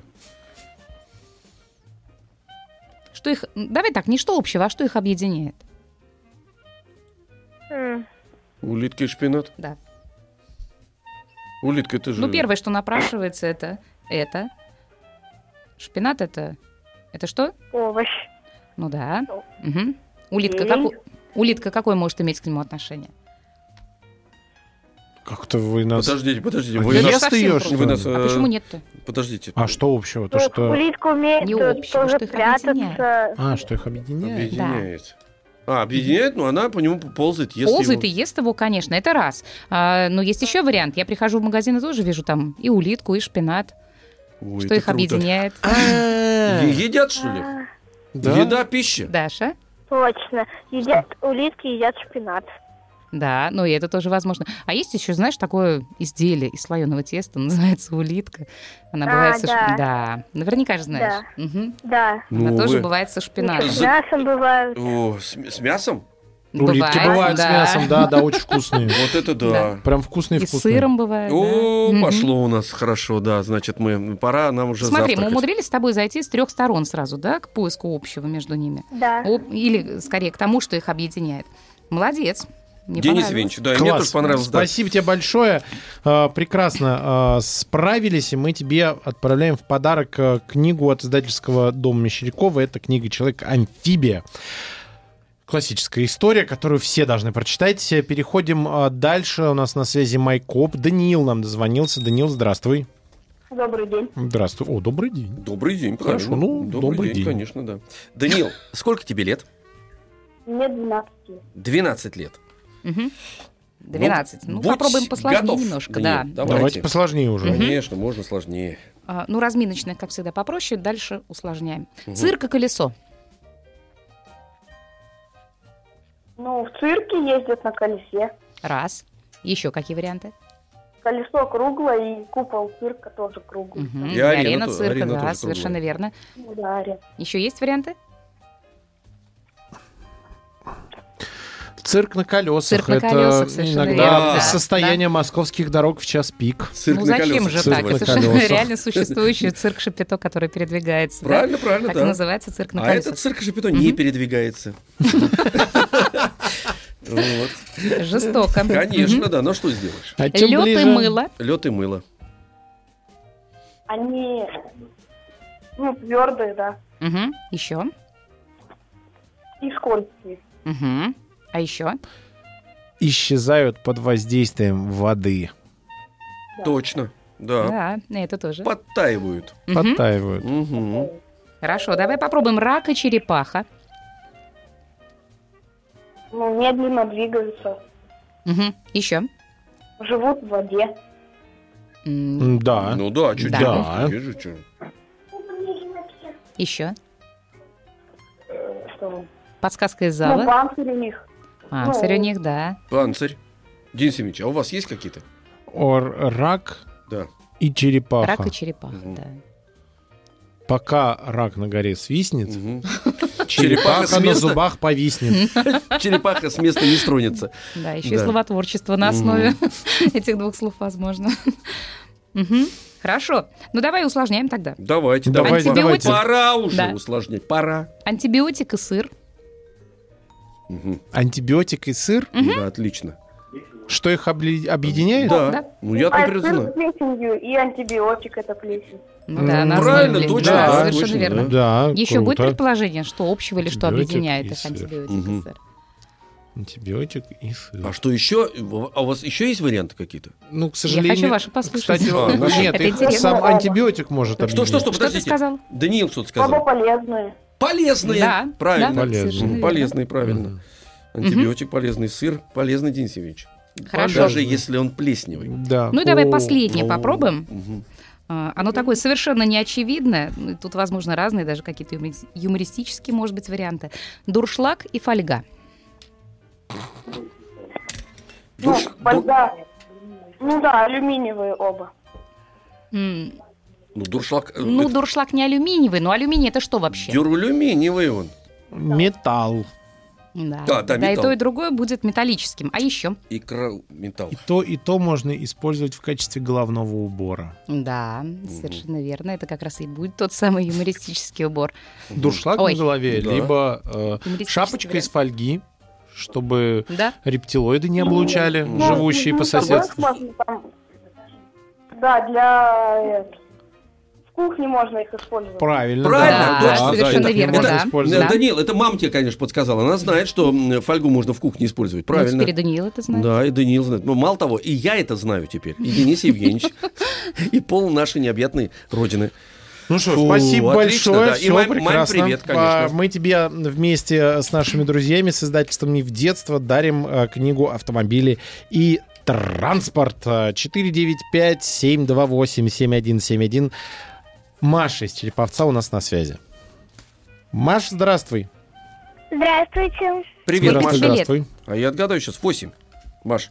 D: Что их. Давай так, не что общего, а что их объединяет.
E: М,
B: Улитка и шпинат.
D: Да.
B: Улитка это же...
D: Ну, первое, что напрашивается, это это. Шпинат это. Это что?
E: Овощ.
D: Ну да. Мгм. Улитка,
E: Зелень.
D: как, улитка какое может иметь к нему отношение?
C: Как-то вы нас...
B: Подождите, подождите.
C: А
B: Вы
C: я
D: это
B: нас...
D: совсем
C: стыешь,
D: просто.
B: вы нас,
D: А
B: э,
D: почему нет-то?
B: Подождите.
C: А что общего? То,
E: Ну,
C: что...
E: Улитка умеет
D: Не
E: э,
D: общего,
E: тоже
D: что их объединяет.
E: прятаться.
C: А, что их объединяет?
B: Объединяет. А, объединяет, но она по нему ползает, если
D: Ползает
B: его-
D: и ест его, конечно, это раз. А, но есть еще вариант. Я прихожу в магазин и тоже вижу там и улитку, и шпинат.
B: Ой,
D: что
B: это
D: их
B: круто. А?
D: объединяет?
B: Е- Едят, что ли?
E: А,
B: Еда, пища.
D: Даша?
E: Точно. Едят улитки, едят шпинат.
D: Да, ну и это тоже возможно. А есть еще, знаешь, такое изделие из слоеного теста, называется улитка. Она
E: А,
D: бывает со
E: да.
D: шпинатом. Да, наверняка же знаешь. Мгм.
E: Да.
D: Она
B: Ну,
D: тоже
B: вы-
D: бывает со
E: И
D: шпинатом.
E: с мясом бывают.
B: О, с, м- с мясом?
C: Улитки бывают с мясом, да, да, очень вкусные.
B: Вот это да.
C: Прям вкусные,
D: И с
C: вкусные.
D: сыром бывает. да.
B: О,
D: Мгм.
B: пошло у нас хорошо, да. Значит, мы пора нам уже
D: Смотри, мы
B: завтракать.
D: умудрились с тобой зайти с трех сторон сразу, да, к поиску общего между ними.
E: Да.
D: Об- Или, скорее, к тому, что их объединяет. Молодец. Мне
B: Денис
D: понравилось.
B: Венч, да, и мне
C: Класс.
B: тоже понравилось. да.
C: Спасибо тебе большое. Э, Прекрасно э, справились, и мы тебе отправляем в подарок э, книгу от издательского дома Мещерякова. Это книга «Человек-амфибия». Классическая история, которую все должны прочитать. Переходим э, дальше. У нас на связи Майкоп. Даниил нам дозвонился. Даниил, здравствуй.
E: Добрый день.
C: Здравствуй. О, добрый день.
B: Добрый день,
C: Хорошо,
B: правильно.
C: ну, добрый день.
B: конечно, да. Даниил, сколько тебе лет?
E: Мне 12.
B: 12 лет.
D: Мгм. 12. Ну,
B: будь
D: попробуем посложнее
B: готов,
D: немножко,
B: Даниил,
D: да.
B: Давайте.
C: Давайте посложнее уже.
B: Конечно, можно сложнее.
D: А, Ну, разминочная, как всегда, попроще. Дальше усложняем.
B: Мгм.
D: Цирк и колесо.
E: Ну, в цирке ездят на колесе.
D: Раз. Еще какие варианты?
E: Колесо круглое и купол цирка тоже круглый.
D: Мгм.
B: И
D: И
B: арена
D: арена
B: то-
D: цирка,
B: арена тоже
D: да,
B: круглая.
D: совершенно верно.
E: Ударе.
D: Еще есть варианты?
C: Цирк на колесах.
D: Цирк на
C: это
D: колесах, совершенно
C: иногда
B: верно, да.
C: состояние московских дорог в час пик.
B: Цирк
D: ну
B: на
D: зачем
B: колесах
D: же
C: цирк
D: так?
C: на
D: Это совершенно
C: колесах.
D: реально существующий цирк Шапито, который передвигается. да?
B: Правильно, правильно,
D: Так и
B: да.
D: называется цирк на
B: а этот
D: колесах.
B: цирк Шапито не передвигается. Вот.
D: Жестоко.
B: Конечно, да. Но что сделаешь?
C: А тем
D: Лед и
C: ближе-
D: мыло.
B: Лед и мыло.
E: Они, ну, твердые, да.
D: Еще.
E: И скользкие.
D: А еще?
C: исчезают под воздействием воды.
B: Точно. Да.
D: Да, это тоже.
B: Подтаивают.
D: Мгм.
C: Подтаивают.
B: Мгм.
D: Хорошо, давай попробуем рак и черепаха.
E: Ну, медленно двигаются.
D: Еще.
E: Живут в воде.
D: М,
C: М, Да.
B: Ну да, чуть
D: Да.
B: да. вижу, чё.
D: Еще?
E: Ну,
F: Что?
D: Подсказка из
F: Ну,
D: зала.
F: банки у них.
D: Панцирь у
F: ну.
D: них, да.
B: Панцирь. Денис Евгеньевич, а у вас есть какие-то?
C: Ор, рак
B: Да.
C: и черепаха.
D: Рак и черепаха,
B: Мгм.
D: да.
C: Пока рак на горе свистнет,
B: Мгм. Черепаха с
C: черепаха на
B: места.
C: зубах повиснет.
B: Черепаха с места не стронется.
D: Да, еще и
B: Да.
D: словотворчество на основе этих двух слов, возможно. Мгм. Хорошо. Ну давай усложняем тогда.
B: Давайте,
C: Давайте,
B: давайте.
D: давайте.
B: Пора уже
D: Да.
B: усложнять. Пора.
D: Антибиотик и сыр.
B: Мгм.
C: Антибиотик и сыр,
B: Да, отлично.
C: что их обли- объединяет?
B: Да.
D: да.
B: Ну я
F: А
B: там
F: сыр
B: придумал.
F: с плесенью и антибиотик это плесень.
D: Ну да,
C: М,
D: на основе
B: правильно,
D: блин.
B: точно,
D: Да,
B: да,
D: совершенно
B: точно,
D: верно.
C: Да,
D: Еще будет
C: круто.
D: предположение, что общего или что
C: Антибиотик
D: объединяет
C: и
D: их
C: сыр.
D: антибиотик и
B: Мгм.
D: сыр.
C: Антибиотик и сыр.
B: А что еще? А у вас еще есть варианты какие-то?
C: Ну, к сожалению...
D: хочу ваши послушать.
C: Кстати,
B: А, наши.
C: нет,
D: Это
C: их
D: интересно.
C: сам антибиотик может
B: Что, что,
C: объединить.
B: что,
D: Что
B: подождите.
D: ты сказал?
B: Даниил что-то
F: Оба
B: сказал.
F: полезные.
B: Полезные.
D: Да,
B: правильно.
D: да,
C: Полезные.
D: совершенно верно.
B: Полезный, правильно. Антибиотик полезный, сыр полезный, Денис Евгеньевич.
D: Хорошо.
B: Даже если он плесневый.
C: Да.
D: Ну и давай
C: О,
D: последнее
B: ну.
D: попробуем.
B: Мгм.
D: А, Оно такое совершенно неочевидное. Ну, и Тут, возможно, разные даже какие-то юмори- юмористические, может быть, варианты. Дуршлаг и фольга.
F: Ну,
B: Душ- ду-
F: фольга. Ну да, алюминиевые оба.
D: М,
B: ну, дуршлаг. э,
D: Ну,
B: это
D: дуршлаг не алюминиевый, но алюминий это что вообще?
B: дюралюминиевый он.
C: Металл.
D: Да,
B: Да, да,
D: и
B: металл.
D: то, и другое будет металлическим. А еще?
B: И крал- металл.
C: И то, и то можно использовать в качестве головного убора.
D: Да, совершенно верно. Это как раз и будет тот самый юмористический убор.
C: Дуршлаг
D: Ой.
C: на голове,
B: Да.
C: либо э,
D: Юмористический
C: шапочка
D: вариант.
C: из фольги, чтобы
D: Да?
C: рептилоиды не облучали,
B: Ну,
C: живущие по
F: Ну, там
C: соседству.
F: знаешь, можно там- Да, для... э, В кухне можно их использовать.
C: Правильно.
B: Правильно,
D: да,
B: точно,
D: совершенно
B: да, это-
D: верно,
B: это-
D: да.
B: Да, Даниил, это мама тебе, конечно, подсказала. Она знает, что м, фольгу можно в кухне использовать.
D: Ну,
B: Правильно.
D: теперь и Даниил это знает.
B: Да, и Даниил знает. Но мало того, и я это знаю теперь. И Денис Евгеньевич, и пол нашей необъятной родины.
C: Ну что,
B: Фу,
C: спасибо
B: отлично,
C: большое.
B: да. И
C: всё
B: мам- мам
C: прекрасно.
B: привет, конечно.
C: А, Мы тебе вместе с нашими друзьями с издательством «Не в детство» дарим а, книгу «Автомобили и транспорт». А, 495-728-7171. Маша из Череповца у нас на связи. Маша, здравствуй.
E: Здравствуйте.
B: Привет,
D: Сколько
B: Маша.
D: тебе лет?
C: здравствуй.
B: А я отгадаю сейчас. Восемь. Маш,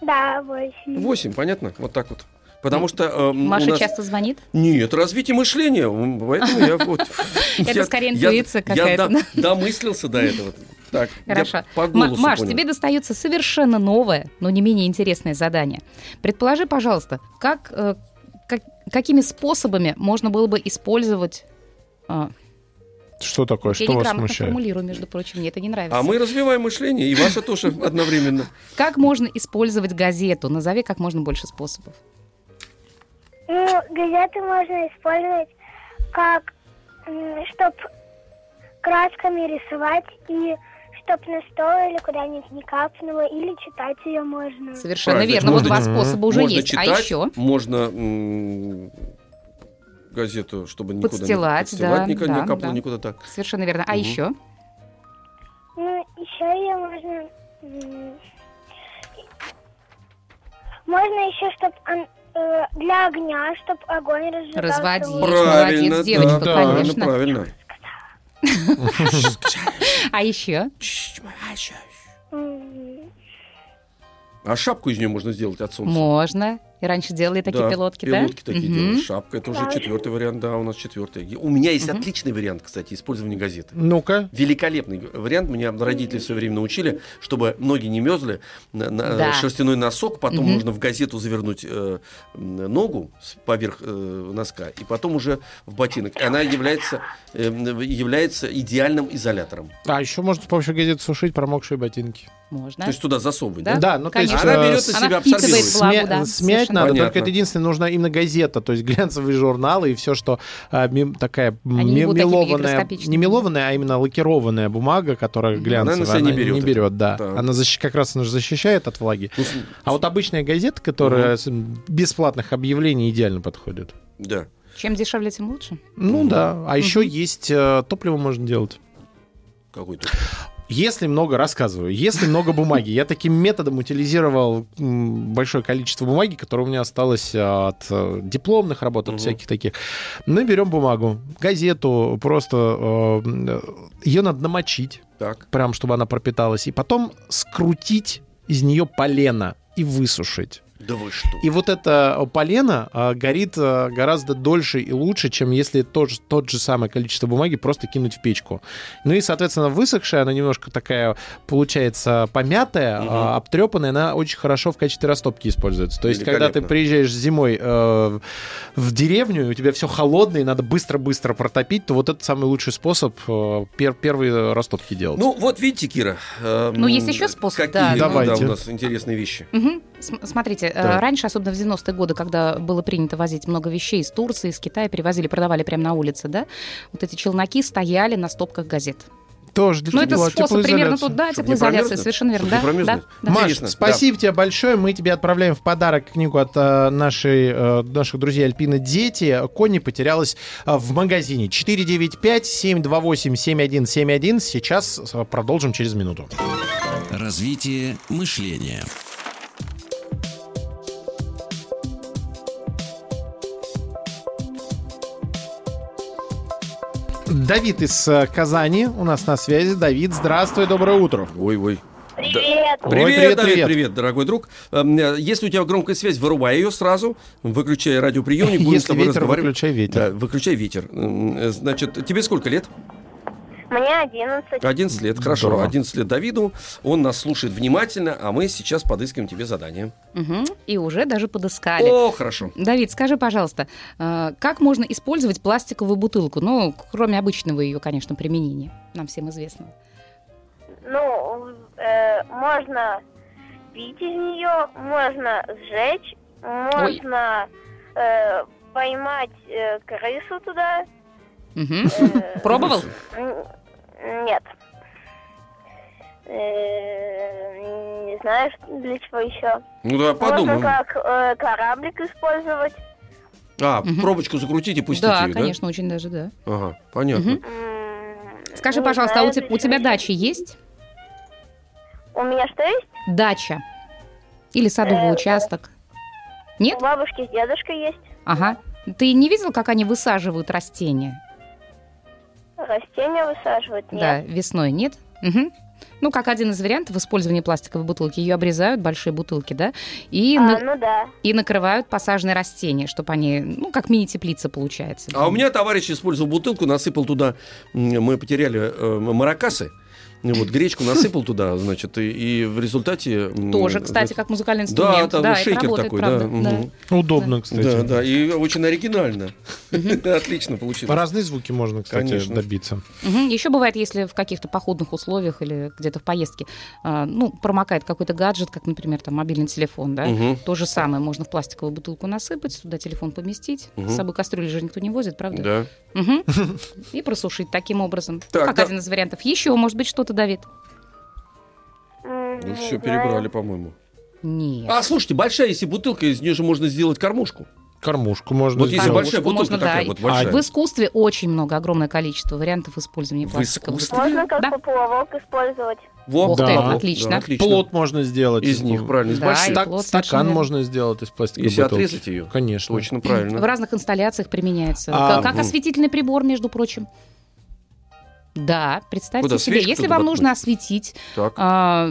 E: Да, восемь.
B: восемь, понятно? Вот так вот. Потому что э, м, у
D: Маша
B: нас...
D: часто звонит.
B: Нет, развитие мышления. м, Поэтому я вот...
D: Это
B: я-
D: скорее
B: я-
D: интуиция какая-то,
B: Я до- домыслился до этого. Так, я
D: Хорошо.
B: по
D: Ма-
B: голосу
D: Маш,
B: понял.
D: тебе достается совершенно новое, но не менее интересное задание. Предположи, пожалуйста, как, э, как- какими способами можно было бы использовать... а,
C: Что такое?
D: я
C: Что вас
D: неграмотно
C: смущает?
D: формулирую, между прочим, мне это не нравится.
B: А мы развиваем мышление, и ваше тоже одновременно.
D: Как можно использовать газету? Назови как можно больше способов.
E: Ну, газеты можно использовать как, чтобы красками рисовать и чтоб на стол или куда-нибудь не капнуло, или читать ее можно.
D: Совершенно
B: Правильно.
D: верно.
B: Можно-
D: вот два способа уже
B: можно
D: есть.
B: читать,
D: а еще
B: Можно м, газету, чтобы никуда
D: Подстилать,
B: не подстилать,
D: да,
B: никуда
D: да,
B: не капало,
D: да.
B: никуда так.
D: совершенно верно. А
B: Мгм.
D: еще
E: Ну, еще ее можно... м, Можно еще, чтобы э, для огня, чтобы огонь разжигался.
D: Разводить.
E: лучше.
B: Правильно,
D: молодец, девочка,
C: да,
B: правильно,
D: конечно.
B: правильно.
D: А еще
E: М,
B: А шапку из нее можно сделать от солнца.
D: можно. И раньше делали такие
B: Да,
D: пилотки, да?
B: пилотки такие
D: Мгм.
B: делают, шапка. Это уже
E: Да.
B: четвертый вариант, да, у нас четвертый. У меня есть отличный вариант, кстати, использования газеты.
C: Ну-ка.
B: Великолепный вариант. Меня родители все время научили, чтобы ноги не мерзли. на- на-
D: Да.
B: Шерстяной носок, потом
D: Мгм.
B: нужно в газету завернуть э, м, ногу с- поверх э, носка, и потом уже в ботинок. И Она является, э, м, является идеальным изолятором.
C: А еще можно с помощью газеты сушить промокшие ботинки.
D: Можно.
B: То есть туда засовывать,
D: Да?
B: да?
C: ну
D: Конечно.
B: Она
C: э,
B: берет на
D: Она
B: себя
D: впитывает
B: абсорбирует.
D: влагу,
C: Сме-
D: да,
C: смять
D: совершенно.
C: надо, только
B: Понятно.
C: это единственное, нужна именно газета, то есть глянцевые журналы и все, что а, мем- такая м-
D: Они не будут такими
C: мелованная,
D: микроскопичными.
C: не мелованная, а именно лакированная бумага, которая
D: Мгм.
C: глянцевая,
B: Она на себя не берет это.
C: да.
B: Да.
C: Она защищ- как раз она же защищает от влаги.
B: Ну, с-
C: А вот обычная газета, которая с м, бесплатных объявлений идеально подходит.
B: Да.
D: Чем дешевле, тем лучше.
C: Ну да, а еще есть э, топливо можно делать.
B: Какой-то.
C: Если много, рассказываю, если много бумаги. Я таким методом утилизировал м, большое количество бумаги, которое у меня осталось э, от э, дипломных работ, от
B: Мгм.
C: всяких таких. Мы берем бумагу, газету, просто ее надо намочить,
B: Так.
C: прям чтобы она пропиталась, и потом скрутить из нее полено и высушить.
B: Да вы что?
C: И вот это полено а, горит а, гораздо дольше и лучше, чем если тот же, тот же самое количество бумаги просто кинуть в печку. Ну и, соответственно, высохшая, она немножко такая получается помятая,
B: Мгм.
C: а, обтрепанная, она очень хорошо в качестве растопки используется. То есть, когда ты
B: Великолепно.
C: приезжаешь зимой э, в деревню, и у тебя все холодное, и надо быстро-быстро протопить, то вот это самый лучший способ э, пер- первые растопки делать.
B: Ну, вот видите, Кира. эм,
D: Ну, есть еще способ,
B: какие, ну,
D: да.
C: Давайте.
B: у нас интересные вещи.
D: Мгм. См- Смотрите, э,
C: Да.
D: раньше, особенно в 90-е годы, когда было принято возить много вещей из Турции, из Китая, перевозили, продавали прямо на улице, да, вот эти челноки стояли на стопках газет.
C: Тоже для
D: Ну, это
C: тепла-
D: способ примерно
C: теплоизоляции.
D: тут, да,
B: а Чтоб не
D: теплоизоляция,
B: промерзнуть,
D: совершенно верно,
B: чтоб не
D: да,
B: промерзнуть.
D: да, да.
C: Маш,
B: Конечно,
C: спасибо тебе большое. Мы тебе отправляем в подарок книгу от э, нашей, э, наших друзей Альпины «Дети». Кони потерялась э, в магазине. 495-728-7171. Сейчас э, продолжим через минуту.
A: Развитие мышления.
C: Давид из э, Казани у нас на связи. Давид, здравствуй, доброе утро.
B: Ой-ой.
E: Привет.
B: Привет,
C: Ой, привет,
B: привет, Давид,
C: привет.
B: привет. дорогой друг. Эм, э, Если у тебя громкая связь, вырубай ее сразу, выключай радиоприемник, будем с
C: Если
B: тобой
C: ветер,
B: разговаривать.
C: выключай ветер.
B: Да, выключай ветер. Эм, э, Значит, тебе сколько лет?
E: Мне 11.
B: 11 лет, хорошо.
C: Да.
B: 11 лет Давиду. Он нас слушает внимательно, а мы сейчас подыскиваем тебе задание.
D: Мгм. И уже даже подыскали.
B: О, хорошо.
D: Давид, скажи, пожалуйста, э, как можно использовать пластиковую бутылку? Ну, кроме обычного ее, конечно, применения, нам всем известного.
E: Ну, э, можно пить из нее, можно сжечь, можно э, поймать э, крысу туда.
D: Мгм.
E: э,
D: Пробовал?
E: м, Нет. Э, Не знаю, что- для чего еще.
B: Ну да,
E: Можно
B: подумаем.
E: как э, кораблик использовать.
B: А,
D: Мгм.
B: пробочку закрутить и пустить
D: Да,
B: ее, да?
D: конечно, очень даже, да.
B: Ага, понятно.
D: Мгм.
E: М,
D: Скажи,
E: не
D: пожалуйста, а
E: знаю,
D: у, те-
E: для
D: у тебя
E: чего
D: дача есть?
E: ещё. У меня что есть?
D: Дача? Или садовый
E: Э,
D: участок? Нет?
E: У бабушки с дедушкой есть.
D: Ага. Ты не видел, как они высаживают растения?
E: Растения высаживают. Нет.
D: Да, весной, нет? Мгм. Ну, как один из вариантов использования пластиковой бутылки. Ее обрезают, большие бутылки, да, и,
E: А,
D: на-
E: ну да.
D: и накрывают посаженные растения, чтобы они, ну, как мини-теплица получается.
B: А у меня товарищ использовал бутылку, насыпал туда, м, мы потеряли э, маракасы, Ну вот гречку насыпал туда, значит, и, и в результате... м,
D: Тоже, кстати,
B: значит,
D: как музыкальный
B: Да,
D: инструмент.
B: там
D: это
B: шейкер
D: работает,
B: такой,
D: правда,
B: да. мгм.
C: Удобно, кстати.
B: Да, да, и очень оригинально. Отлично получилось.
C: Разные звуки можно, кстати,
B: Конечно.
C: добиться.
D: Еще бывает, если в каких-то походных условиях или где-то в поездке, а, ну, промокает какой-то гаджет, как, например, там мобильный телефон, да,
B: Мгм.
D: то же самое можно в пластиковую бутылку насыпать, туда телефон поместить,
B: Мгм.
D: с собой кастрюли же никто не возит, правда?
B: Да.
D: Мгм. И просушить таким образом.
B: Так,
D: как
B: да.
D: один из вариантов. Еще, может быть, что-то, Давид?
E: М,
B: Ну
E: не
B: все
E: знаю.
B: перебрали, по-моему.
D: Нет.
B: А слушайте, большая, если бутылка, из нее же можно сделать кормушку.
C: Кормушку можно
B: Вот если
C: сделать.
B: большая
D: Кормушку
B: бутылка
D: можно,
B: такая
D: да,
B: вот
D: и-
B: большая.
D: В искусстве очень много, огромное количество вариантов использования
B: В
D: пластиковых
B: искусстве?
E: Можно как
D: Да.
E: поплавок использовать.
B: Во,
D: Ух
C: ты,
B: да,
D: отлично.
B: да, отлично.
C: Плод можно сделать.
B: из них, правильно, из
D: Да,
B: больших.
D: и
C: Стак-
D: плод, совершенно
C: стакан
D: верно.
C: можно сделать из пластиковой
B: Если
C: бутылки.
B: отрезать ее,
C: Конечно.
B: точно
D: В
B: правильно. ну.
D: разных инсталляциях применяется.
C: А,
D: Как- как
B: мгм.
D: осветительный прибор, между прочим. Да, представьте
B: Куда,
D: себе,
B: свечку
D: если
B: туда
D: вам
B: воткнуть?
D: нужно осветить
B: Так.
D: а,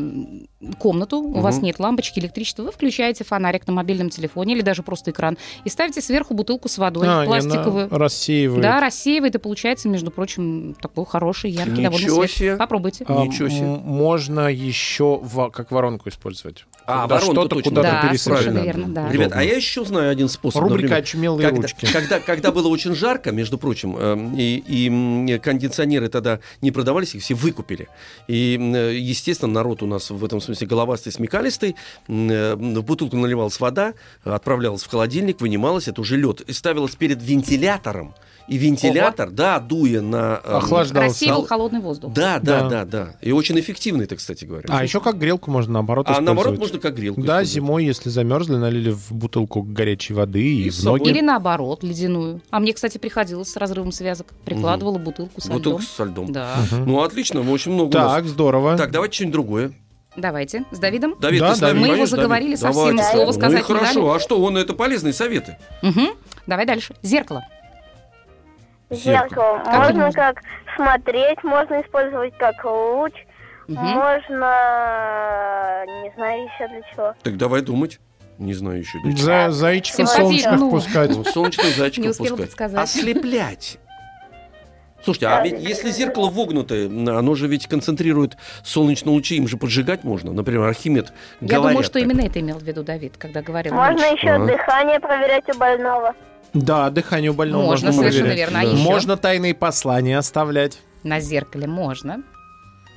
D: комнату, у вас
B: Мгм.
D: нет лампочки, электричества, вы включаете фонарик на мобильном телефоне или даже просто экран и ставите сверху бутылку с водой
C: А, и она
D: пластиковую.
C: рассеивает.
D: Да, рассеивает и получается, между прочим, такой хороший, яркий, довольно
B: Ничего
D: свет.
B: себе.
D: Попробуйте.
C: А,
B: Ничего себе.
C: м- Можно еще во- как воронку использовать.
B: А,
C: Когда
B: воронку
C: что-то
B: точно.
C: куда-то
D: Да,
C: пересыпать
D: совершенно
C: надо.
D: верно, да.
B: Ребят,
C: Удобно.
B: а я еще знаю один способ.
C: Рубрика
B: например.
C: «Очумелые
B: Когда,
C: ручки».
B: когда, когда было очень жарко, между прочим, эм, и, и, м, кондиционеры тогда не продавались, их все выкупили. И, м, э, естественно, народ у нас в этом смысле головастый, смекалистый. М, э, В бутылку наливалась вода, отправлялась в холодильник, вынималась, это уже лед, и ставилась перед вентилятором. И вентилятор, да, дуя на... э,
C: Охлаждался.
D: Рассеивал
B: стал-
D: холодный воздух.
B: Да, да,
C: Да.
B: да, да. И очень эффективный, это, кстати говоря.
C: А еще как грелку можно наоборот
B: А наоборот
C: использовать.
B: можно как грелку.
C: Да,
B: использовать.
C: зимой, если замерзли, налили в бутылку горячей воды и,
B: И
C: в
B: с собой.
C: ноги.
D: Или наоборот, ледяную. А мне, кстати, приходилось с разрывом связок. Прикладывала бутылку со
B: Бутылка
D: льдом.
B: со льдом.
D: Да.
C: Мгм.
B: Ну, отлично, очень много у нас.
C: Так, здорово.
B: Так, давайте что-нибудь другое.
D: Давайте. С Давидом?
B: Давид,
C: Да,
B: ты с нами,
C: Давид.
D: Мы его
B: конечно,
D: заговорили
B: Давид?
D: совсем,
B: Давайте.
D: и слова
B: Ну и
D: сказать не
B: хорошо, а что, он это полезные советы?
D: Мгм. Давай дальше. Зеркало.
E: Зеркало.
D: Как
E: можно
D: можно?
E: как смотреть, можно использовать как луч,
D: Мгм.
E: можно э, не знаю еще для чего.
B: Так давай думать. Не знаю еще. дочь.
C: За зайчика
D: Симпатично.
C: солнечных
D: Ну.
C: пускать.
B: Ну, Солнечных
D: Не
B: зайчиков
D: успела
B: пускать.
D: подсказать.
B: Ослеплять. Слушайте, а ведь если зеркало вогнутое, оно же ведь концентрирует солнечные лучи, им же поджигать можно. Например, Архимед говорят.
D: Я думаю, что
B: так.
D: именно это имел в виду Давид, когда говорил.
E: Можно
D: луч.
E: еще
B: Ага.
E: дыхание проверять у больного.
C: Да, дыхание у больного
D: Можно,
C: можно,
D: совершенно
C: проверять.
D: верно. А
B: Ну, Да.
D: еще?
C: Можно тайные послания оставлять.
D: На зеркале можно.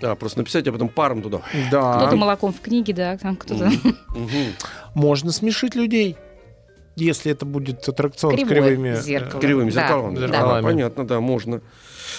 B: А, просто написать, а потом паром туда.
D: Кто-то
C: Да.
D: молоком в книге, да, там кто-то.
B: А? Мгм.
C: Можно смешить людей, если это будет аттракцион с
D: Кривое
C: кривыми. э,
D: зеркало.
B: Кривым
D: Да,
B: зеркалом.
C: да.
B: А, понятно, да, можно.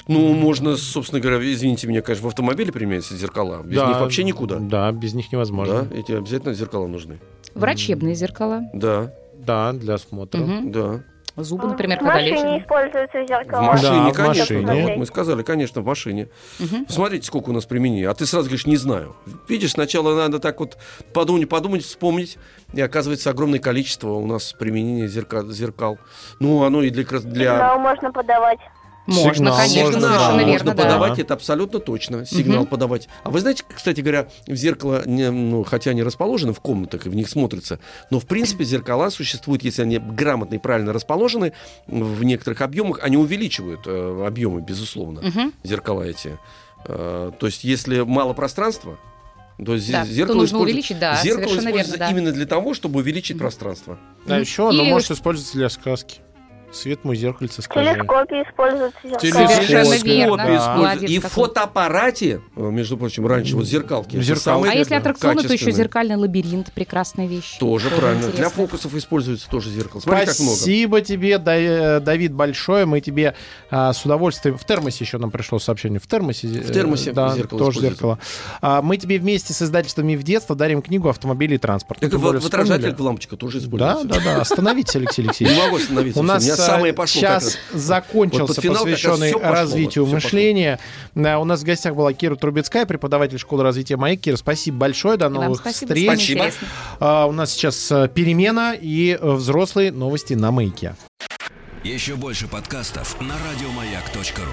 B: Ну, можно, собственно говоря, извините меня, конечно, в автомобиле применяются зеркала. Без
C: да.
B: них вообще никуда.
C: Да, без них невозможно.
B: Да, эти обязательно зеркала нужны.
D: Врачебные зеркала.
B: Да,
C: Да, для осмотра.
D: Мгм.
B: да.
D: Зубы, например,
E: А, в
D: когда
E: машине
D: лечат.
E: используется
B: В
C: Да,
E: зеркало.
B: машине,
C: в
B: конечно. Ну,
C: машине.
B: Вот Мы сказали, конечно, в машине.
D: Мгм.
B: Смотрите, сколько у нас применений. А ты сразу говоришь, не знаю. Видишь, сначала надо так вот подумать, подумать, вспомнить. И оказывается, огромное количество у нас применения зерка- зеркал. Ну, оно и для... крас- для...
E: Сигнал можно подавать.
D: Можно,
C: Сигнал
D: конечно,
C: можно,
D: совершенно
C: да.
D: верно,
B: А можно
D: да.
B: подавать, это абсолютно точно, сигнал
D: Мгм.
B: подавать. А вы знаете, кстати говоря, в зеркало, не, ну, хотя они расположены в комнатах и в них смотрятся, но в принципе зеркала существуют, если они грамотно и правильно расположены в некоторых объемах, они увеличивают э, объемы, безусловно
D: Мгм.
B: зеркала эти. Э, То есть, если мало пространства, то зе- зеркало
D: Да, то нужно
B: используется-
D: увеличить, да,
B: зеркало
D: совершенно
B: используется
D: верно, да.
B: именно для того, чтобы увеличить пространство.
C: А еще оно
D: Или-
C: может использоваться для сказки. Свет мой зеркальце,
E: В
C: скажи.
E: телескопе используется зеркало.
C: Телескоп.
D: Совершенно
C: Телескопе
D: верно.
C: используют.
D: Да.
B: Используется.
D: Молодец
B: И в
D: какой.
B: фотоаппарате, э, между прочим, раньше вот зеркалки. это
C: Зеркалки.
D: А
B: самые
D: если аттракционы, то еще
B: качественные.
D: зеркальный лабиринт, прекрасная вещь.
B: Тоже правильно. Для
D: интересно.
B: фокусов используется тоже зеркало. Смотри, как много.
C: Спасибо тебе, Да- э, Давид, большое. Мы тебе а, с удовольствием... В термосе еще нам пришло сообщение. В термосе. э,
B: В термосе
C: да,
B: зеркало
C: тоже
B: используется.
C: зеркало. А, мы тебе вместе с издательствами в детство дарим книгу «Автомобили и транспорт».
B: Так
C: Тем
B: вот,
C: более
B: вот
C: вспомнили.
B: отражатель лампочка тоже
C: Да,
B: используется.
C: да, да. Остановитесь, Алексей
B: Не
C: Алексеевич.
B: могу остановиться.
C: У
B: всё,
C: нас
D: э,
C: э,
B: меня самое пошло. как
C: сейчас
B: раз. Вот
C: закончился
B: под финал как раз
C: посвященный
B: всё пошло,
C: развитию
B: вот всё
C: мышления. Да, У нас в гостях была Кира Трубецкая, преподаватель школы развития «Маяк». Кира, спасибо большое. До
D: И вам
C: новых
D: спасибо,
C: встреч.
D: было
B: Спасибо.
D: интересно.
C: А, у нас сейчас э, перемена и э, взрослые новости на «Маяке».
A: Еще больше подкастов на радиомаяк.ру.